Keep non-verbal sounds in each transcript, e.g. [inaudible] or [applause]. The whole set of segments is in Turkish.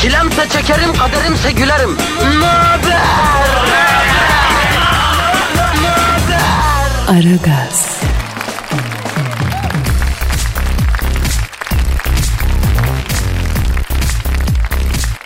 Çilemse çekerim, kaderimse gülerim. Möber! Aragaz,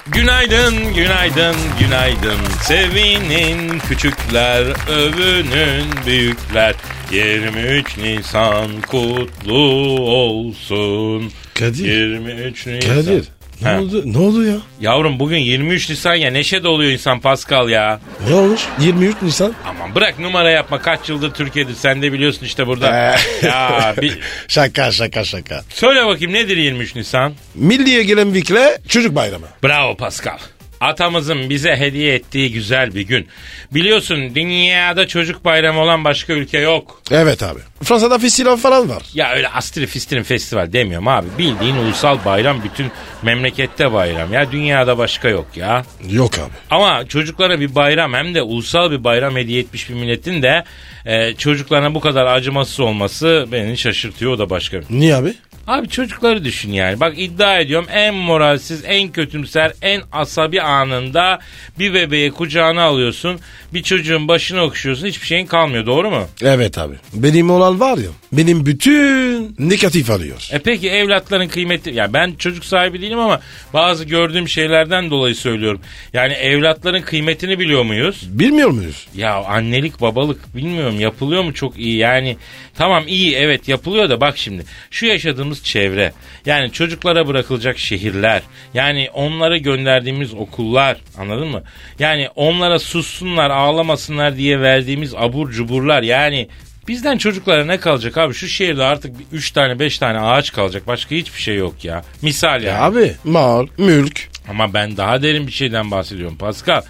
Günaydın, günaydın, günaydın. Sevinin küçükler, övünün büyükler. 23 Nisan kutlu olsun. Kadir. 23 Nisan. Kadir. Ne Ha. oldu? Ne oldu ya? Yavrum bugün 23 Nisan ya neşe doluyor insan Pascal ya. Ne olmuş? 23 Nisan. Aman bırak numara yapma kaç yıldır Türkiye'de sen de biliyorsun işte [laughs] burada. Ee. ya bir, Şaka şaka şaka. söyle bakayım nedir 23 Nisan? Milliye gelen vikle çocuk bayramı. Bravo Pascal. Atamızın bize hediye ettiği güzel bir gün. Biliyorsun dünyada çocuk bayramı olan başka ülke yok. Evet abi. Fransa'da festival falan var. Ya öyle astri fistirin festival demiyorum abi. Bildiğin ulusal bayram bütün memlekette bayram. Ya dünyada başka yok ya. Yok abi. Ama çocuklara bir bayram hem de ulusal bir bayram hediye etmiş bir milletin de e, çocuklarına bu kadar acımasız olması beni şaşırtıyor o da başka. bir- Niye abi? Abi çocukları düşün yani. Bak iddia ediyorum en moralsiz, en kötümser, en asabi anında bir bebeği kucağına alıyorsun. Bir çocuğun başını okşuyorsun hiçbir şeyin kalmıyor doğru mu? Evet abi. Benim olan var ya. Benim bütün negatif alıyor. E peki evlatların kıymeti ya ben çocuk sahibi değilim ama bazı gördüğüm şeylerden dolayı söylüyorum. Yani evlatların kıymetini biliyor muyuz? Bilmiyor muyuz? Ya annelik babalık bilmiyorum yapılıyor mu çok iyi yani tamam iyi evet yapılıyor da bak şimdi şu yaşadığımız çevre yani çocuklara bırakılacak şehirler yani onlara gönderdiğimiz okullar anladın mı? Yani onlara sussunlar ağlamasınlar diye verdiğimiz abur cuburlar yani Bizden çocuklara ne kalacak abi? Şu şehirde artık 3 tane 5 tane ağaç kalacak. Başka hiçbir şey yok ya. Misal yani. Ya abi. Mal, mülk. Ama ben daha derin bir şeyden bahsediyorum Pascal.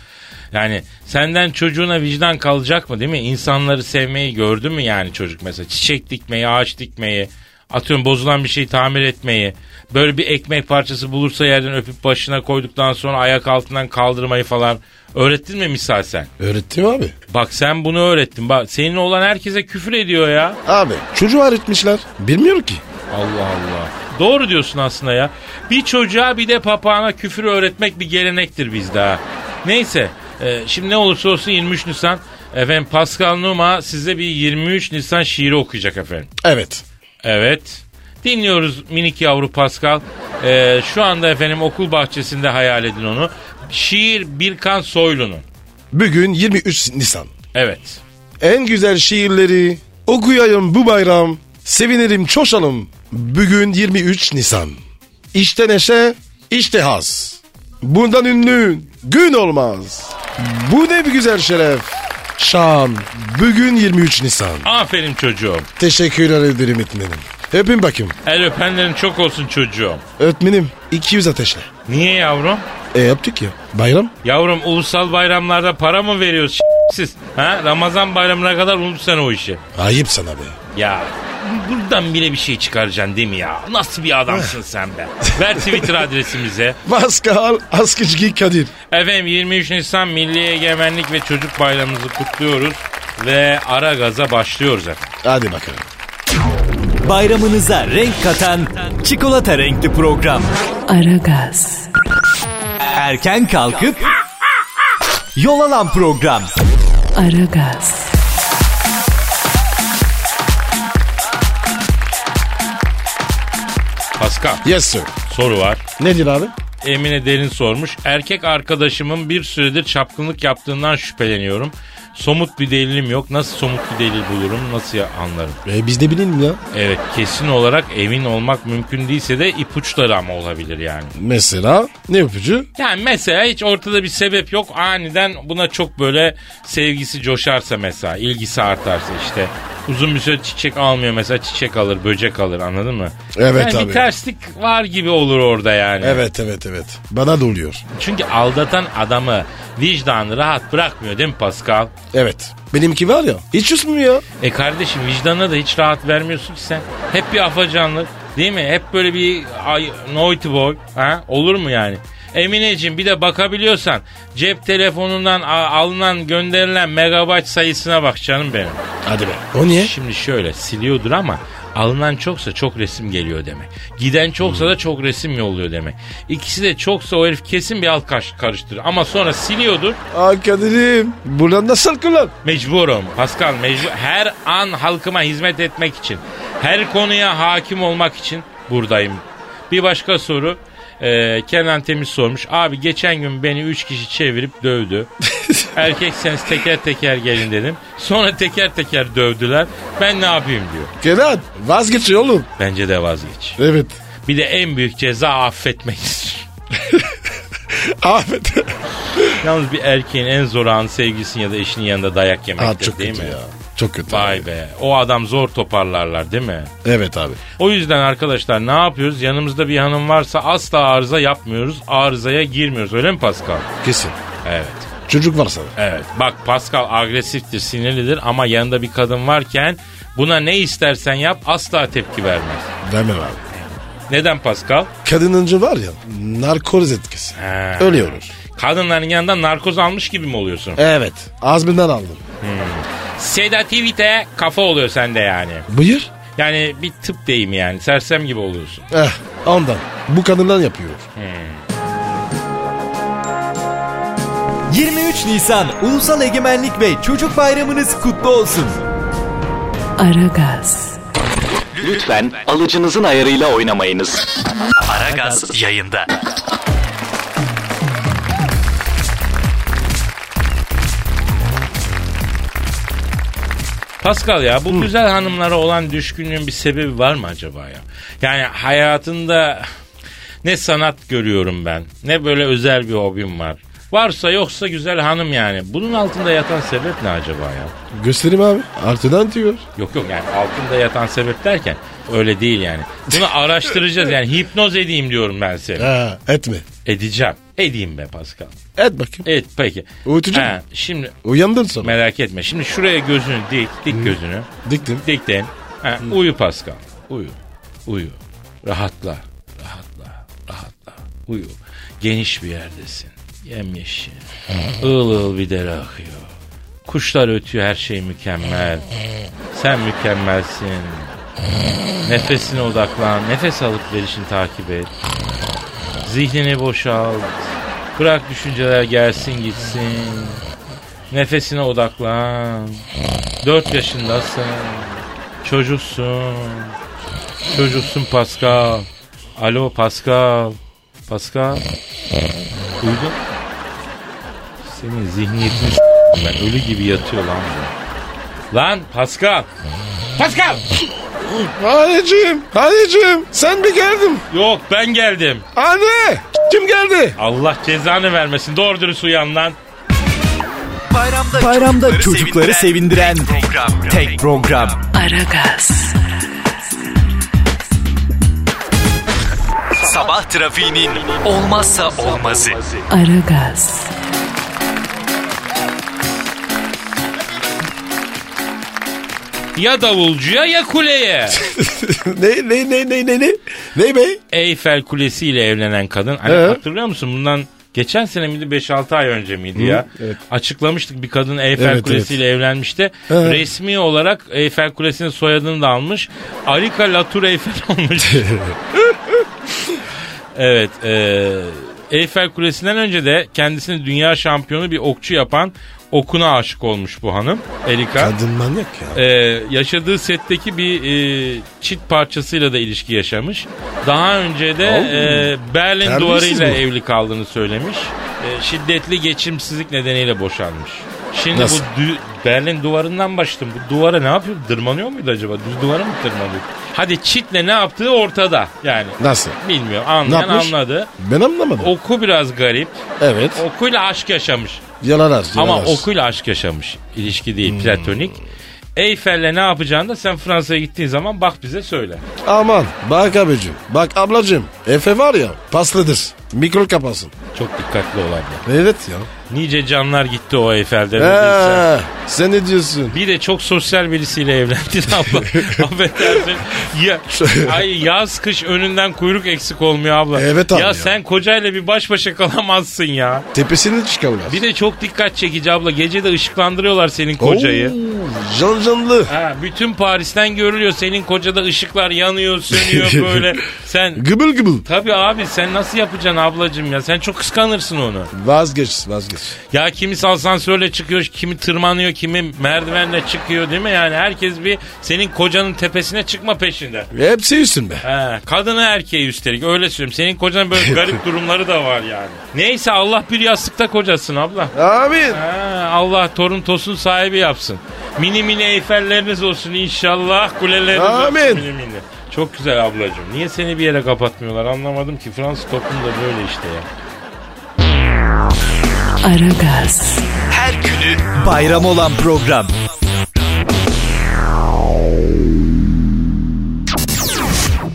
Yani senden çocuğuna vicdan kalacak mı değil mi? İnsanları sevmeyi gördü mü yani çocuk mesela? Çiçek dikmeyi, ağaç dikmeyi, atıyorum bozulan bir şeyi tamir etmeyi. Böyle bir ekmek parçası bulursa yerden öpüp başına koyduktan sonra ayak altından kaldırmayı falan. Öğrettin mi misal sen? Öğrettim abi. Bak sen bunu öğrettin. Bak senin olan herkese küfür ediyor ya. Abi. Çocuğu öğretmişler. Bilmiyor ki. Allah Allah. Doğru diyorsun aslında ya. Bir çocuğa bir de papağana küfür öğretmek bir gelenektir bizde ha. Neyse. e, şimdi ne olursa olsun 23 Nisan. Efendim Pascal Numa size bir 23 Nisan şiiri okuyacak efendim. Evet. Evet. Dinliyoruz minik yavru Pascal. E, şu anda efendim okul bahçesinde hayal edin onu. Şiir Birkan Soylu'nun. Bugün 23 Nisan. Evet. En güzel şiirleri okuyayım bu bayram. Sevinirim, çoşalım. Bugün 23 Nisan. İşte neşe, işte haz. Bundan ünlü gün olmaz. Bu ne bir güzel şeref. Şam, bugün 23 Nisan. Aferin çocuğum. Teşekkür ederim etmenim. Öpün bakayım. El öpenlerin çok olsun çocuğum. Öğretmenim 200 ateşle. Niye yavrum? E yaptık ya. Bayram? Yavrum ulusal bayramlarda para mı veriyoruz siz? Ha? Ramazan bayramına kadar unut sen o işi. Ayıp sana be. Ya buradan bile bir şey çıkaracaksın değil mi ya? Nasıl bir adamsın sen be? Ver Twitter adresimize. Pascal Askıcı Kadir. Efendim 23 Nisan Milli Egemenlik ve Çocuk Bayramımızı kutluyoruz. Ve ara gaza başlıyoruz efendim. Hadi bakalım. Bayramınıza renk katan çikolata renkli program. Aragaz, Erken kalkıp yol alan program. Aragaz, Pascal Yes sir. soru var. Nedir abi? Emine Derin sormuş. Erkek arkadaşımın bir süredir çapkınlık yaptığından şüpheleniyorum. Somut bir delilim yok. Nasıl somut bir delil bulurum? Nasıl ya- anlarım? E, biz de bilelim ya. Evet kesin olarak emin olmak mümkün değilse de ipuçları ama olabilir yani. Mesela ne yapıcı? Yani mesela hiç ortada bir sebep yok aniden buna çok böyle sevgisi coşarsa mesela ilgisi artarsa işte Uzun bir süre çiçek almıyor mesela çiçek alır böcek alır anladın mı? Evet yani abi. Bir terslik var gibi olur orada yani. Evet evet evet. Bana da oluyor. Çünkü aldatan adamı vicdanı rahat bırakmıyor değil mi Pascal? Evet. Benimki var ya. Hiç susmuyor ya. E kardeşim vicdanına da hiç rahat vermiyorsun ki sen. Hep bir afacanlık değil mi? Hep böyle bir ay, naughty boy. Ha? Olur mu yani? Emineciğim bir de bakabiliyorsan cep telefonundan a- alınan gönderilen megabayt sayısına bak canım benim. Hadi be. O niye? Şimdi şöyle siliyordur ama alınan çoksa çok resim geliyor demek. Giden çoksa da çok resim yolluyor demek. İkisi de çoksa o herif kesin bir alt kaş- karıştırır. Ama sonra siliyordur Aa Kadir'im. Buradan nasıl kullan? Mecburum Pascal mecbur. Her an halkıma hizmet etmek için. Her konuya hakim olmak için buradayım. Bir başka soru. Ee, Kenan Temiz sormuş. Abi geçen gün beni 3 kişi çevirip [laughs] dövdü. Erkekseniz teker teker gelin dedim. Sonra teker teker dövdüler. Ben ne yapayım diyor. Kenan vazgeç oğlum. Bence de vazgeç. Evet. Bir de en büyük ceza affetmektir. [laughs] [laughs] Ahmet. Yalnız bir erkeğin en zor anı sevgilisinin ya da eşinin yanında dayak Aa, yemektir çok değil kötü mi? ya. Çok kötü. Vay be. O adam zor toparlarlar değil mi? Evet abi. O yüzden arkadaşlar ne yapıyoruz? Yanımızda bir hanım varsa asla arıza yapmıyoruz. Arızaya girmiyoruz. Öyle mi Pascal? Kesin. Evet. Çocuk varsa. Evet. Bak Pascal agresiftir, sinirlidir ama yanında bir kadın varken buna ne istersen yap asla tepki vermez. Vermem abi. Neden Pascal? Kadınınca var ya. Narkoz etkisi. Ha. Öyle olur. Kadınların yanında narkoz almış gibi mi oluyorsun? Evet. Azminden aldım. Sedativite kafa oluyor sende yani. Buyur. Yani bir tıp deyimi yani. Sersem gibi oluyorsun. Eh, ondan. Bu kadınlar yapıyor. 23 Nisan Ulusal Egemenlik ve Çocuk Bayramınız kutlu olsun. Aragaz, Lütfen alıcınızın ayarıyla oynamayınız. Aragaz yayında. Pascal ya bu güzel hanımlara olan düşkünlüğün bir sebebi var mı acaba ya? Yani hayatında ne sanat görüyorum ben ne böyle özel bir hobim var. Varsa yoksa güzel hanım yani. Bunun altında yatan sebep ne acaba ya? Göstereyim abi. Artiden diyor. Yok yok yani altında yatan sebep derken öyle değil yani. Bunu araştıracağız yani hipnoz edeyim diyorum ben seni. Ha, etme. Edeceğim. Edeyim be Pascal. Et bakayım. Evet peki. Uyutucu mu? Ha, Şimdi Uyandın sonra. merak etme. Şimdi şuraya gözünü dik, dik gözünü. Diktim. Dikten. Ha, uyu Pascal. Uyu. Uyu. Rahatla. Rahatla. Rahatla. Uyu. Geniş bir yerdesin. Yemyeşil. Iğıl ığıl bir dere akıyor. Kuşlar ötüyor her şey mükemmel. Sen mükemmelsin. Nefesine odaklan. Nefes alıp verişini takip et. Zihnini boşalt. Bırak düşünceler gelsin gitsin. Nefesine odaklan. Dört yaşındasın. Çocuksun. Çocuksun Pascal. Alo Pascal. Pascal. Duydun? Senin zihniyetini s- ben ölü gibi yatıyor lan bu. Lan Pascal. Pascal. Anneciğim, anneciğim sen mi geldin? Yok ben geldim. Anne! Kim geldi? Allah cezanı vermesin. Doğru dürüst uyan lan. Bayramda, Bayramda çocukları sevindiren, tek program. Aragaz, Sabah trafiğinin olmazsa olmazı. Aragaz, Ya davulcuya ya kuleye. [laughs] ne, ne, ne, ne, ne, ne? Ne bey? Eyfel Kulesi ile evlenen kadın. Hani Ee? hatırlıyor musun bundan geçen sene miydi 5-6 ay önce miydi ya? evet. Açıklamıştık bir kadın Eyfel Evet, Kulesi ile evlenmişti. Ee? Resmi olarak Eyfel Kulesi'nin soyadını da almış. Arika Latour Eyfel [laughs] olmuş. evet. E, Eyfel Kulesi'nden önce de kendisini dünya şampiyonu bir okçu yapan okuna aşık olmuş bu hanım. Erika. Kadın manyak ya. Ee, yaşadığı setteki bir e, çit parçasıyla da ilişki yaşamış. Daha önce de e, Berlin Terbiyesiz duvarıyla bu. evli kaldığını söylemiş. E, şiddetli geçimsizlik nedeniyle boşanmış. Şimdi Nasıl? bu dü- Berlin duvarından başladım. Bu duvara ne yapıyor? Dırmanıyor muydu acaba? Düz duvara mı tırmanıyor? Hadi çitle ne yaptığı ortada yani. Nasıl? Bilmiyorum. Ne Anlayan yapmış? anladı. Ben anlamadım. Oku biraz garip. evet. Okuyla aşk yaşamış. Yalanar, yalanar. Hmm. Ama okuyla aşk yaşamış. İlişki değil, platonik. Eyfel'le ne yapacağını da sen Fransa'ya gittiğin zaman bak bize söyle. Aman bak abicim bak ablacım Efe var ya paslıdır mikro kapasın. Çok dikkatli olan ya. Evet ya. Nice canlar gitti o Eyfel'de. dediysen. Ee, sen ne diyorsun? Bir de çok sosyal birisiyle [laughs] evlendin abla. Affedersin. Ya, ay yaz kış önünden kuyruk eksik olmuyor abla. Evet abi ya, ya. sen kocayla bir baş başa kalamazsın ya. Tepesini çıkarlar. Bir de çok dikkat çekici abla. Gece de ışıklandırıyorlar senin kocayı. Oo, Can canlı. Ha, bütün Paris'ten görülüyor. Senin kocada ışıklar yanıyor, sönüyor [laughs] böyle. Sen Gıbıl gıbıl. Tabii abi sen nasıl yapacaksın ablacığım ya? Sen çok kıskanırsın onu. Vazgeç vazgeç. Ya kimisi asansörle çıkıyor, kimi tırmanıyor, kimi merdivenle çıkıyor değil mi? Yani herkes bir senin kocanın tepesine çıkma peşinde. Hepsi üstün be. He, kadını erkeği üstelik öyle söyleyeyim. Senin kocanın böyle garip durumları da var yani. Neyse Allah bir yastıkta kocasın abla. Amin. Ha, Allah torun tosun sahibi yapsın. Mini mini Eyfelleriniz olsun inşallah. Kuleleriniz Amin. olsun mini mini. Çok güzel ablacığım. Niye seni bir yere kapatmıyorlar anlamadım ki. Fransız toplumu da böyle işte ya. Aragaz, Her günü Bayram olan program.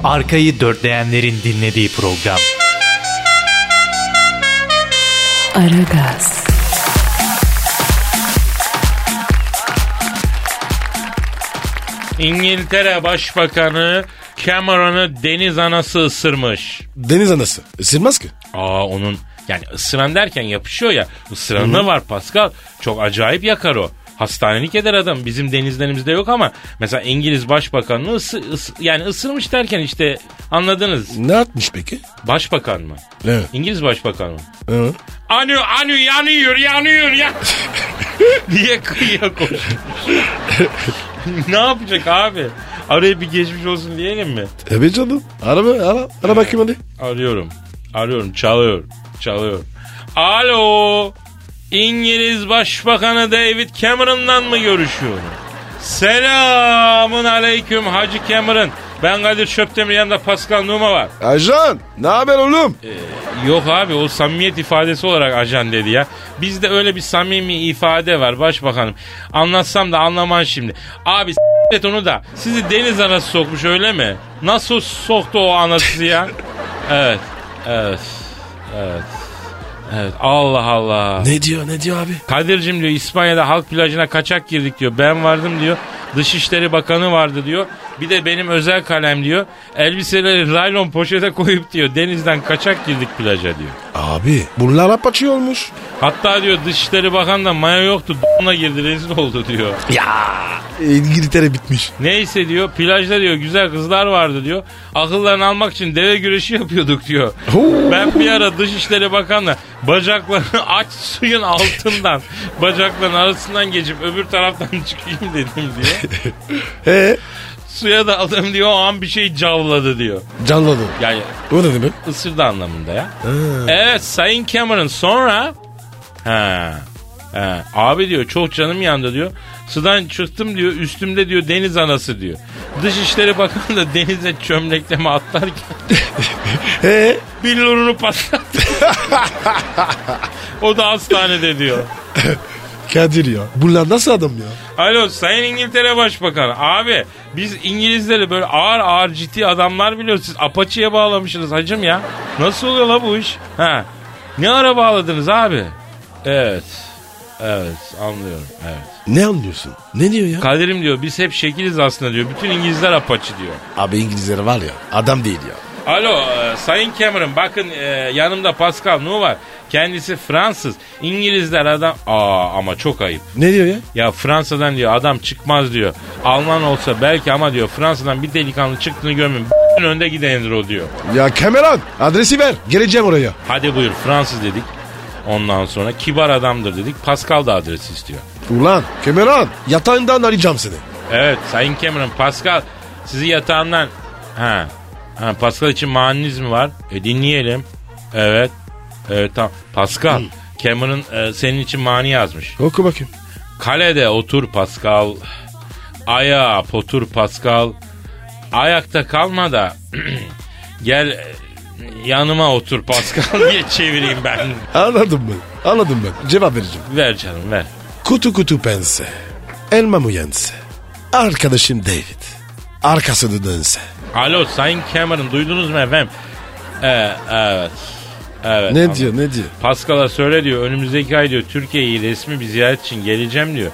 Arkayı dörtleyenlerin dinlediği program. Aragaz, İngiltere Başbakanı Cameron'ı deniz anası ısırmış. Deniz anası. Isırmaz ki. Aa onun yani ısıran derken yapışıyor ya ısıran da var Pascal. Çok acayip yakar o. Hastanelik eder adam. Bizim denizlerimizde yok ama mesela İngiliz Başbakanını ısı, ısı- yani ısırmış derken işte anladınız. Ne yapmış peki? Başbakan mı? Evet. İngiliz Başbakan mı? Hı. Anı anı yanıyor yanıyor ya. diye kıyıya koşmuş. ne yapacak abi? Araya bir geçmiş olsun diyelim mi? Evet canım. Araba ara. Ara bakayım hadi. Arıyorum. Arıyorum. Çalıyor. Çalıyor. Alo. İngiliz Başbakanı David Cameron'la mı görüşüyorum? Selamın aleyküm Hacı Cameron. Ben Kadir Çöptemir yanında Pascal Numa var. Ajan ne haber oğlum? Yok abi o samimiyet ifadesi olarak ajan dedi ya. Bizde öyle bir samimi ifade var başbakanım. Anlatsam da anlaman şimdi. Abi s- et onu da. Sizi deniz anası sokmuş öyle mi? Nasıl soktu o anası ya? evet. Evet. Evet. Evet. Allah Allah. Ne diyor ne diyor abi? Kadir'cim diyor İspanya'da halk plajına kaçak girdik diyor. Ben vardım diyor. Dışişleri Bakanı vardı diyor. Bir de benim özel kalem diyor. Elbiseleri laylon poşete koyup diyor denizden kaçak girdik plaja diyor. Abi bunlar apaçı olmuş. Hatta diyor Dışişleri Bakanı da maya yoktu d***na girdi rezil oldu diyor. E, İngiltere bitmiş. Neyse diyor plajda diyor güzel kızlar vardı diyor. Akıllarını almak için deve güreşi yapıyorduk diyor. Ben bir ara Dışişleri Bakanı'na bacaklarını [laughs] aç suyun altından bacakların arasından geçip öbür taraftan çıkayım dedim diyor. Ee, Suya da adam diyor o an bir şey cavladı diyor. canladı. Yani O ne demek? ısırdı anlamında ya. Evet Sayın Cameron sonra ha, ha, abi diyor çok canım yandı diyor. Sudan çıktım diyor üstümde diyor deniz anası diyor. Dışişleri Bakanı da denize çömlekleme atlarken [laughs] Ee, billurunu patlattı. o da hastanede diyor. Kadir ya. Bunlar nasıl adam ya? Alo Sayın İngiltere Başbakanı. Abi biz İngilizleri böyle ağır ağır ciddi adamlar biliyoruz. Siz apaçıya bağlamışsınız hacım ya. Nasıl oluyor la bu iş? Ha. Ne ara bağladınız abi? Evet. Evet anlıyorum. Evet. Ne anlıyorsun? Ne diyor ya? Kadir'im diyor biz hep şekiliz aslında diyor. Bütün İngilizler apaçı diyor. Abi İngilizler var ya adam değil ya. Alo e, Sayın Cameron bakın e, yanımda Pascal Nu var. Kendisi Fransız. İngilizler adam... Aa ama çok ayıp. Ne diyor ya? Ya Fransa'dan diyor adam çıkmaz diyor. Alman olsa belki ama diyor Fransa'dan bir delikanlı çıktığını görmüyorum. B***'in önde gidendir o diyor. Ya Cameron adresi ver. Geleceğim oraya. Hadi buyur Fransız dedik. Ondan sonra kibar adamdır dedik. Pascal da adresi istiyor. Ulan Cameron yatağından arayacağım seni. Evet Sayın Cameron Pascal sizi yatağından... Ha, ha Pascal için maniniz mi var? E dinleyelim. Evet. Evet tamam. Pascal Cameron e, senin için mani yazmış. Oku bakayım. Kalede otur Pascal. Ayağa potur Pascal. Ayakta kalma da [clears throat] gel e, yanıma otur Pascal [laughs] diye çevireyim ben. Anladım ben. Anladım ben. Cevap vereceğim. Ver canım ver. Kutu kutu pense. Elma mı yense? Arkadaşım David. Arkasını dönse. Alo Sayın Cameron duydunuz mu efendim? Ee, evet. Evet. ne anladım. diyor ne diyor? Pascal'a söyle diyor önümüzdeki ay diyor Türkiye'yi resmi bir ziyaret için geleceğim diyor.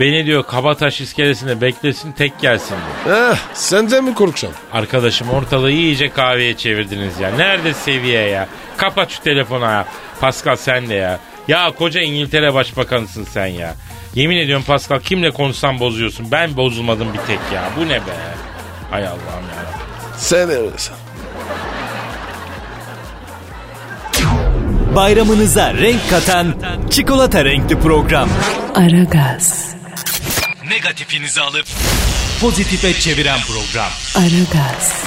Beni diyor Kabataş iskelesinde beklesin tek gelsin diyor. Eh, senden mi korkacağım? Arkadaşım ortalığı iyice kahveye çevirdiniz ya. Nerede seviye ya? Kapat şu telefonu ya. Pascal sen de ya. Ya koca İngiltere başbakanısın sen ya. Yemin ediyorum Pascal kimle konuşsam bozuyorsun. Ben bozulmadım bir tek ya. Bu ne be? Hay Allah'ım ya. Sen öylesin. Bayramınıza renk katan çikolata renkli program. Aragaz, Negatifinizi alıp pozitife çeviren program. Aragaz,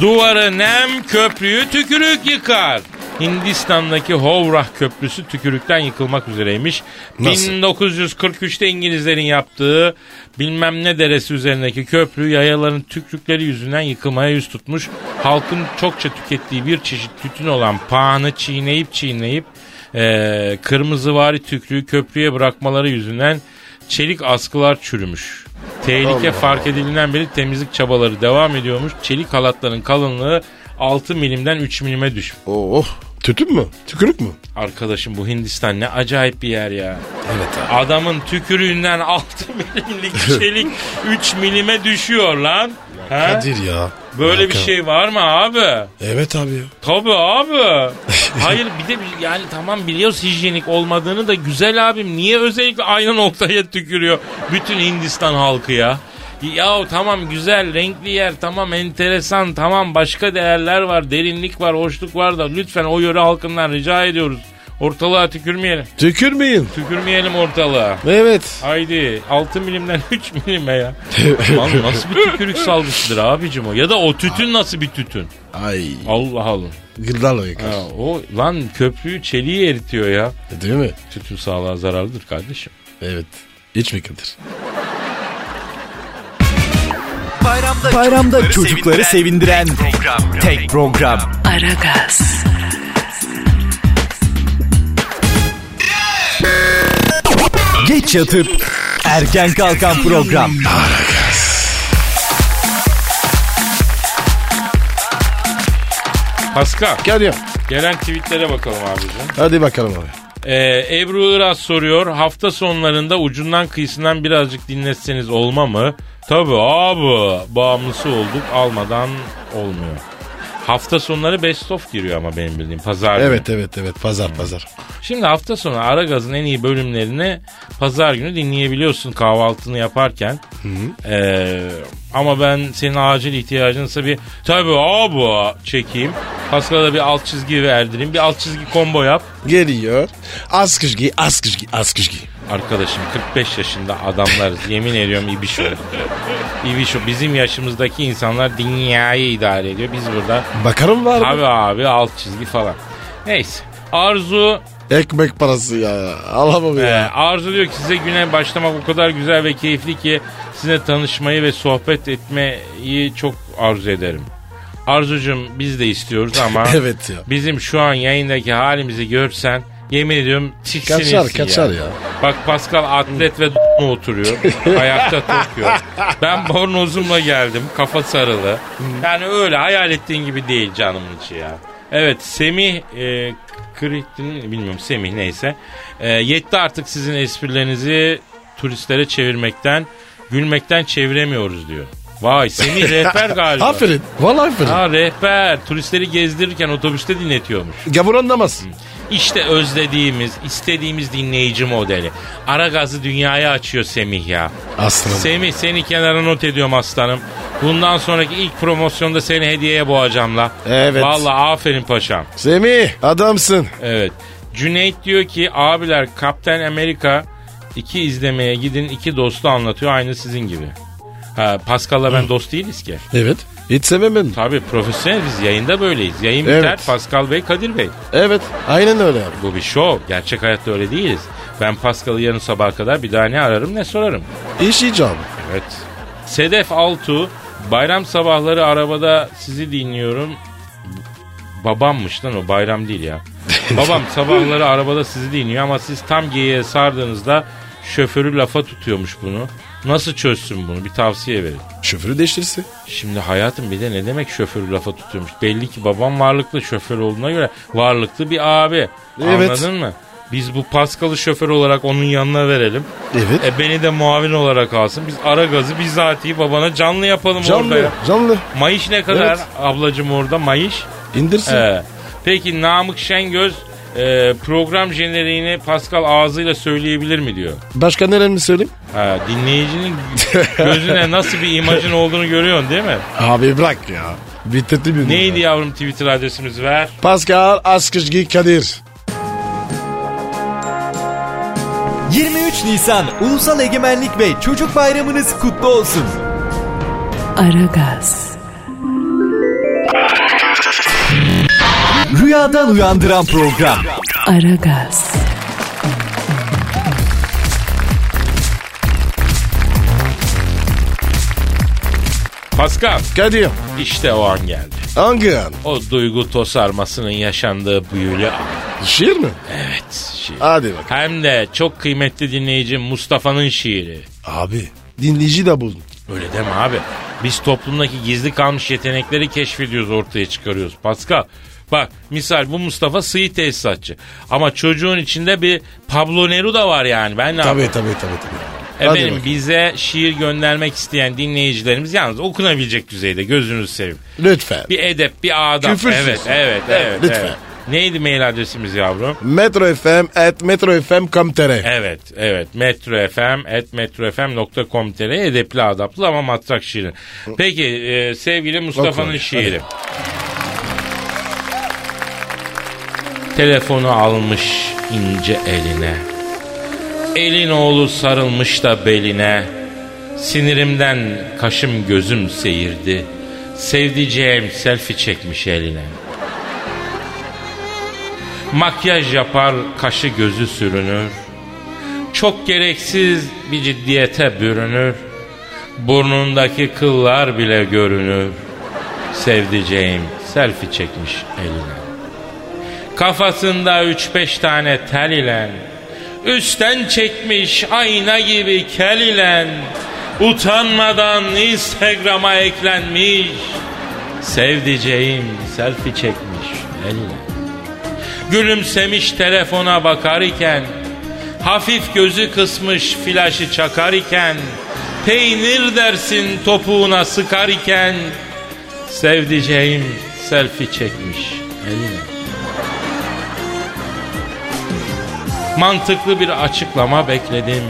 Duvarı nem, köprüyü tükürük yıkar. Hindistan'daki Howrah Köprüsü tükürükten yıkılmak üzereymiş. Nasıl? 1943'te İngilizlerin yaptığı bilmem ne deresi üzerindeki köprü yayaların tükürükleri yüzünden yıkılmaya yüz tutmuş. Halkın çokça tükettiği bir çeşit tütün olan pahanı çiğneyip çiğneyip eee kırmızı vari tükrüğü köprüye bırakmaları yüzünden çelik askılar çürümüş. Tehlike fark edilinden beri temizlik çabaları devam ediyormuş. Çelik halatların kalınlığı 6 milimden 3 milime düşmüş. Oh. Tütün mü? Tükürük mü? Arkadaşım bu Hindistan ne acayip bir yer ya. Evet Adamın tükürüğünden [laughs] 6 milimlik çelik 3 milime düşüyor lan. He? Kadir ya. Böyle bir Hakan. şey var mı abi? Evet abi ya. Tabii abi. Hayır bir de bir- yani tamam biliyoruz hijyenik olmadığını da güzel abim niye özellikle aynı noktaya tükürüyor bütün Hindistan halkı ya? Ya tamam güzel renkli yer tamam enteresan tamam başka değerler var derinlik var hoşluk var da lütfen o yöre halkından rica ediyoruz. Ortalığa tükürmeyelim. Tükürmeyin. Tükürmeyelim ortalığa. Evet. Haydi 6 milimden 3 milime ya. Lan nasıl bir tükürük salgısıdır abicim o? Ya da o tütün nasıl bir tütün? Ay. Allah Allah. Gırdarla yıkar. Ha, o lan köprüyü çeliği eritiyor ya. Değil mi? Tütün sağlığa zararlıdır kardeşim. Evet. Hiç mi Kadir? Bayramda, çocukları, sevindiren, tek program. Aragaz, Geç yatıp erken kalkan program. Pascal Gel ya. gelen tweetlere bakalım abicim. Hadi bakalım abi. Ee, Ebru Iraz soruyor. Hafta sonlarında ucundan kıyısından birazcık dinletseniz olma mı? Tabii abi. Bağımlısı olduk. Almadan olmuyor. Hafta sonları best of giriyor ama benim bildiğim. Pazar günü. Evet evet evet. Pazar pazar. Şimdi hafta sonu Aragaz'ın en iyi bölümlerini pazar günü dinleyebiliyorsun kahvaltını yaparken. Ee, ama ben senin acil ihtiyacınsa bir tabii abi çekeyim. Pascal'a bir alt çizgi verdireyim. Bir alt çizgi combo yap. Geliyor. Az kışkı, az kışkı, az kışkı. Arkadaşım 45 yaşında adamlarız. Yemin ediyorum ibiş olduk. İbiş o- bizim yaşımızdaki insanlar dünyayı idare ediyor. Biz burada Bakarım var mı? abi abi alt çizgi falan. Neyse. Arzu Ekmek parası ya. Alamam Ee, ya. Arzu diyor ki size güne başlamak o kadar güzel ve keyifli ki sizinle tanışmayı ve sohbet etmeyi çok arzu ederim. Arzucum biz de istiyoruz ama [laughs] Evet ya. bizim şu an yayındaki halimizi görsen yemin ediyorum tiksinirsin Kaçar, kaçar ya. Bak Pascal atlet ve d- oturuyor. Ayakta tokuyor. Ben bornozumla geldim. Kafa sarılı. Yani öyle hayal ettiğin gibi değil canımın içi ya. Evet Semih e, Kritin bilmiyorum Semih neyse. E, yetti artık sizin esprilerinizi turistlere çevirmekten, gülmekten çeviremiyoruz diyor. Vay Semih rehber galiba. [laughs] Aferin. Vallahi aferin. Ha rehber turistleri gezdirirken otobüste dinletiyormuş. Gavur anlamaz. İşte özlediğimiz, istediğimiz dinleyici modeli. Ara gazı dünyaya açıyor Semih ya. Aslanım. Semih seni kenara not ediyorum aslanım. Bundan sonraki ilk promosyonda seni hediyeye boğacağım la. Evet. Vallahi aferin paşam. Semih adamsın. Evet. Cüneyt diyor ki abiler Kaptan Amerika iki izlemeye gidin iki dostu anlatıyor aynı sizin gibi. Ha, Pascal'la ben dost değiliz ki. Evet. Hiç sevmem ben. Tabii profesyonel biz yayında böyleyiz. Yayın Evet. biter Pascal Bey Kadir Bey. Evet. Aynen öyle abi. Bu bir şov. Gerçek hayatta öyle değiliz. Ben Pascal'ı yarın sabaha kadar bir daha ne ararım ne sorarım. İş icabı. Evet. Sedef Altu, bayram sabahları arabada sizi dinliyorum. Babammış lan o bayram değil ya. Babam sabahları arabada sizi dinliyor ama siz tam geyiğe sardığınızda şoförü lafa tutuyormuş bunu. Nasıl çözsün bunu? Bir tavsiye verin. Şoförü değiştirse. Şimdi hayatım bir de ne demek şoförü lafa tutuyormuş? Belli ki babam varlıklı şoför olduğuna göre varlıklı bir abi. Evet. Anladın mı? Biz bu Paskal'ı şoför olarak onun yanına verelim. Evet. E beni de muavin olarak alsın. Biz ara gazı bizatihi babana canlı yapalım E, orada ya. Canlı, canlı. Mayış ne kadar Evet. ablacım orada mayış? İndirsin. Ee, peki Namık Şengöz e, program jeneriğini Pascal ağzıyla söyleyebilir mi diyor. Başka nereden mi söyleyeyim? Ha, [laughs] dinleyicinin gözüne nasıl bir imajın olduğunu görüyorsun değil mi? Abi bırak ya. Bitirdi bir Neydi yavrum Twitter adresimiz ver. Pascal Askışgi Kadir. 23 Nisan Ulusal Egemenlik ve Çocuk Bayramınız kutlu olsun. Aragaz, Rüyadan uyandıran program. Aragaz, Pascal Kadir. işte o an geldi. Hangi an? O duygu tosarmasının yaşandığı büyülü an. Şiir mi? Evet. şiir. Hadi bak. Hem de çok kıymetli dinleyicim Mustafa'nın şiiri. Abi dinleyici de buldun. Öyle deme abi. Biz toplumdaki gizli kalmış yetenekleri keşfediyoruz ortaya çıkarıyoruz. Pascal bak misal bu Mustafa sıyı tesisatçı. Ama çocuğun içinde bir Pablo Neruda var yani. Ben ne Tabii tabii tabii. tabii. Hadi Efendim bak. bize şiir göndermek isteyen dinleyicilerimiz yalnız okunabilecek düzeyde gözünüzü seveyim. Lütfen. Bir edep, bir adam. Küfürsüz. Evet, evet, evet. Lütfen. evet. Neydi mail adresimiz yavrum? Metro FM at Metro FM Kamtere. Evet, evet. metrofm at metrofm.com.tr edepli adaplı ama matrak şiirin. Peki e, sevgili Mustafa'nın hadi, şiiri. Telefonu almış ince eline. Elin oğlu sarılmış da beline. Sinirimden kaşım gözüm seyirdi. Sevdiceğim selfie çekmiş eline. Makyaj yapar, kaşı gözü sürünür. Çok gereksiz bir ciddiyete bürünür. Burnundaki kıllar bile görünür. Sevdiceğim selfie çekmiş eline. Kafasında üç beş tane tel ile Üstten çekmiş ayna gibi kel ile Utanmadan Instagram'a eklenmiş Sevdiceğim selfie çekmiş eline Gülümsemiş telefona bakar iken Hafif gözü kısmış flaşı çakar iken Peynir dersin topuğuna sıkar iken Sevdiceğim selfie çekmiş eline Mantıklı bir açıklama bekledim.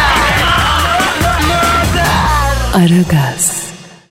Aragaz.